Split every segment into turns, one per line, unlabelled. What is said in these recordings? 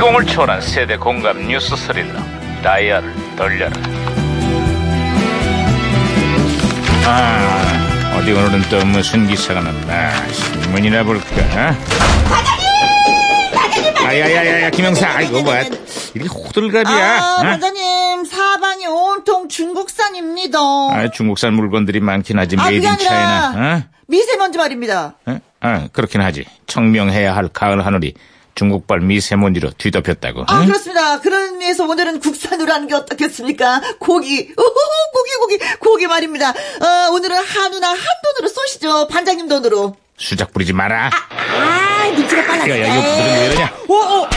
꿈을 초월한 세대 공감 뉴스 스릴러 다이아를 돌려라 아, 어디 오늘은 또 무슨 기사가 났나 신문이나 볼까 아야야야야 김영사 아이고 뭐 이게 호들갑이야
아,
어?
반장님, 사방이 온통 중국산입니다.
아, 중국산 물건들이 많긴 하지
아,
메이드
그게
인
아니라
차이나
미세먼지 말입니다.
어? 어? 아, 그렇긴 하지 청명해야 할 가을 하늘이 중국발 미세먼지로 뒤덮였다고
아,
응?
그렇습니다. 그런 의미에서 오늘은 국산으로 하는 게 어떻겠습니까? 고기, 오호호, 고기, 고기, 고기 말입니다. 어, 오늘은 한우나 한 돈으로 쏘시죠. 반장님 돈으로.
수작 부리지 마라
아, 눈치가 빨라.
야, 야, 이거 무슨 왜 이러냐?
오, 오, 오, 어,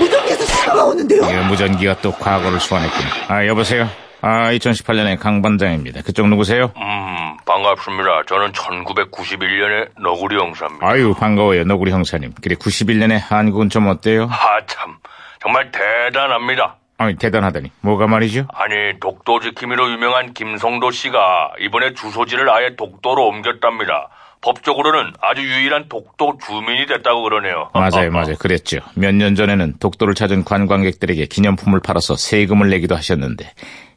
무전기에서 신호가 오는데요?
이 예, 무전기가 또 과거를 소환했군. 아, 여보세요? 아, 2018년의 강반장입니다. 그쪽 누구세요?
음, 반갑습니다. 저는 1991년에 너구리 형사입니다.
아유, 반가워요, 너구리 형사님. 그래, 91년의 한국은 좀 어때요?
아, 참. 정말 대단합니다.
아니, 대단하다니. 뭐가 말이죠?
아니, 독도 지킴이로 유명한 김성도 씨가 이번에 주소지를 아예 독도로 옮겼답니다. 법적으로는 아주 유일한 독도 주민이 됐다고 그러네요.
맞아요, 맞아요. 그랬죠. 몇 년 전에는 독도를 찾은 관광객들에게 기념품을 팔아서 세금을 내기도 하셨는데,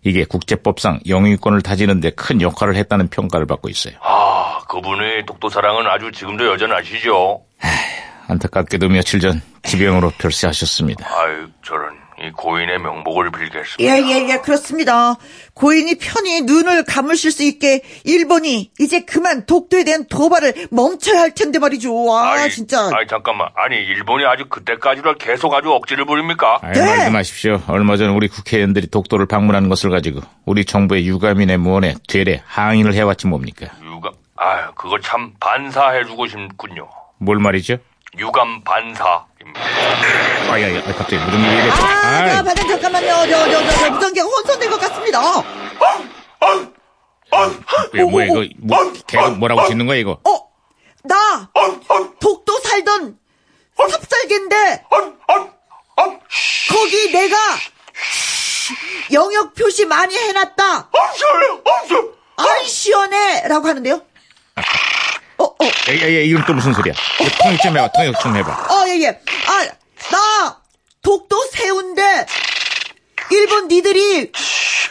이게 국제법상 영유권을 다지는데 큰 역할을 했다는 평가를 받고 있어요.
아, 그분의 독도 사랑은 아주 지금도 여전하시죠?
안타깝게도 며칠 전 지병으로 별세하셨습니다.
아유, 저런, 이 고인의 명복을 빌겠습니다.
예, 예, 예, 그렇습니다. 고인이 편히 눈을 감으실 수 있게 일본이 이제 그만 독도에 대한 도발을 멈춰야 할 텐데 말이죠. 아,
아이,
진짜.
아이, 잠깐만. 아니, 일본이 아주 그때까지를 계속 아주 억지를 부립니까?
아유,
네.
말도 마십시오. 얼마 전 우리 국회의원들이 독도를 방문하는 것을 가지고 우리 정부의 유가민의 무언에 되레 항의를 해왔지 뭡니까?
유감, 아유, 그거 참 반사해주고 싶군요.
뭘 말이죠?
유감 반사입니다.
아야야, 갑자기 무슨 일이 이래?
아, 자,
아이,
반장 잠깐만요. 저, 저, 저, 저 무전기가 혼선된 것 같습니다. 어,
왜, 뭐야 이거? 뭐, 계속 뭐라고 짓는 거야 이거?
어, 나 독도 살던 삽살개인데 거기 내가 영역 표시 많이 해놨다. 아이 시원해라고 하는데요. 어, 어.
야야야, 이건 또 무슨 소리야? 이거 통역 좀 해봐, 통역 좀 해봐.
어, 예, 예. 아, 나, 독도 세운데, 일본 니들이,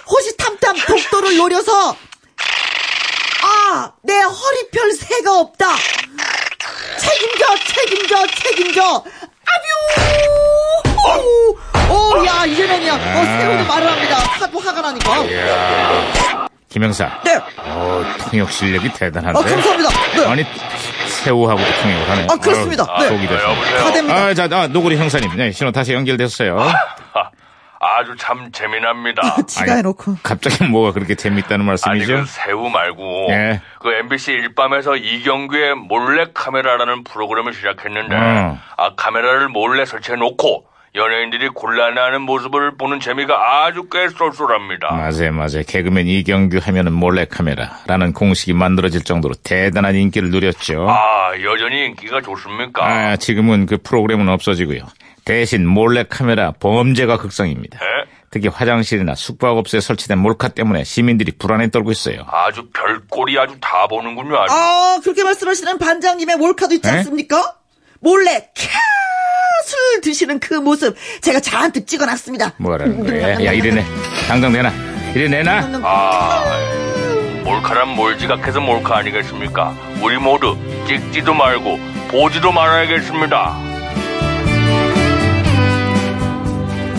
호시탐탐 독도를 노려서, 아, 내 허리별 새가 없다. 책임져, 책임져, 책임져. 아뷰! 오, 오, 야, 이제는야. 어, 세운데 말을 합니다. 하도 화가 나니까. 어,
김영사,
네.
어, 통역 실력이 대단한데.
어, 감사합니다. 네.
아니, 새우하고도 통역을 하네.
아, 그렇습니다.
어,
네.
속이 돼서.
다
여보세요.
됩니다.
아, 자, 아, 노구리 형사님, 네, 신호 다시 연결됐어요.
아, 아주 참 재미납니다.
지가
아니,
해놓고.
갑자기 뭐가 그렇게 재밌다는
아니
말씀이죠?
그 새우 말고
예.
그 MBC 일밤에서 이경규의 몰래 카메라라는 프로그램을 시작했는데
음.
아 카메라를 몰래 설치해 놓고 연예인들이 곤란해하는 모습을 보는 재미가 아주 꽤 쏠쏠합니다.
맞아요, 맞아요. 개그맨 이경규 하면은 몰래카메라라는 공식이 만들어질 정도로 대단한 인기를 누렸죠.
아 여전히 인기가 좋습니까?
아, 지금은 그 프로그램은 없어지고요. 대신 몰래카메라 범죄가 극성입니다.
예?
특히 화장실이나 숙박업소에 설치된 몰카 때문에 시민들이 불안에 떨고 있어요.
아주 별꼴이 아주 다 보는군요. 아주. 네?
아, 그렇게 말씀하시는 반장님의 몰카도 있지
에?
않습니까? 몰래 캬술 드시는 그 모습 제가 잔뜩 찍어놨습니다.
뭐라는 거야? 야, 이래내. 당장 내놔. 이래
음,
내놔.
아, 몰카란 몰지각해서 몰카 아니겠습니까? 우리 모두 찍지도 말고 보지도 말아야겠습니다.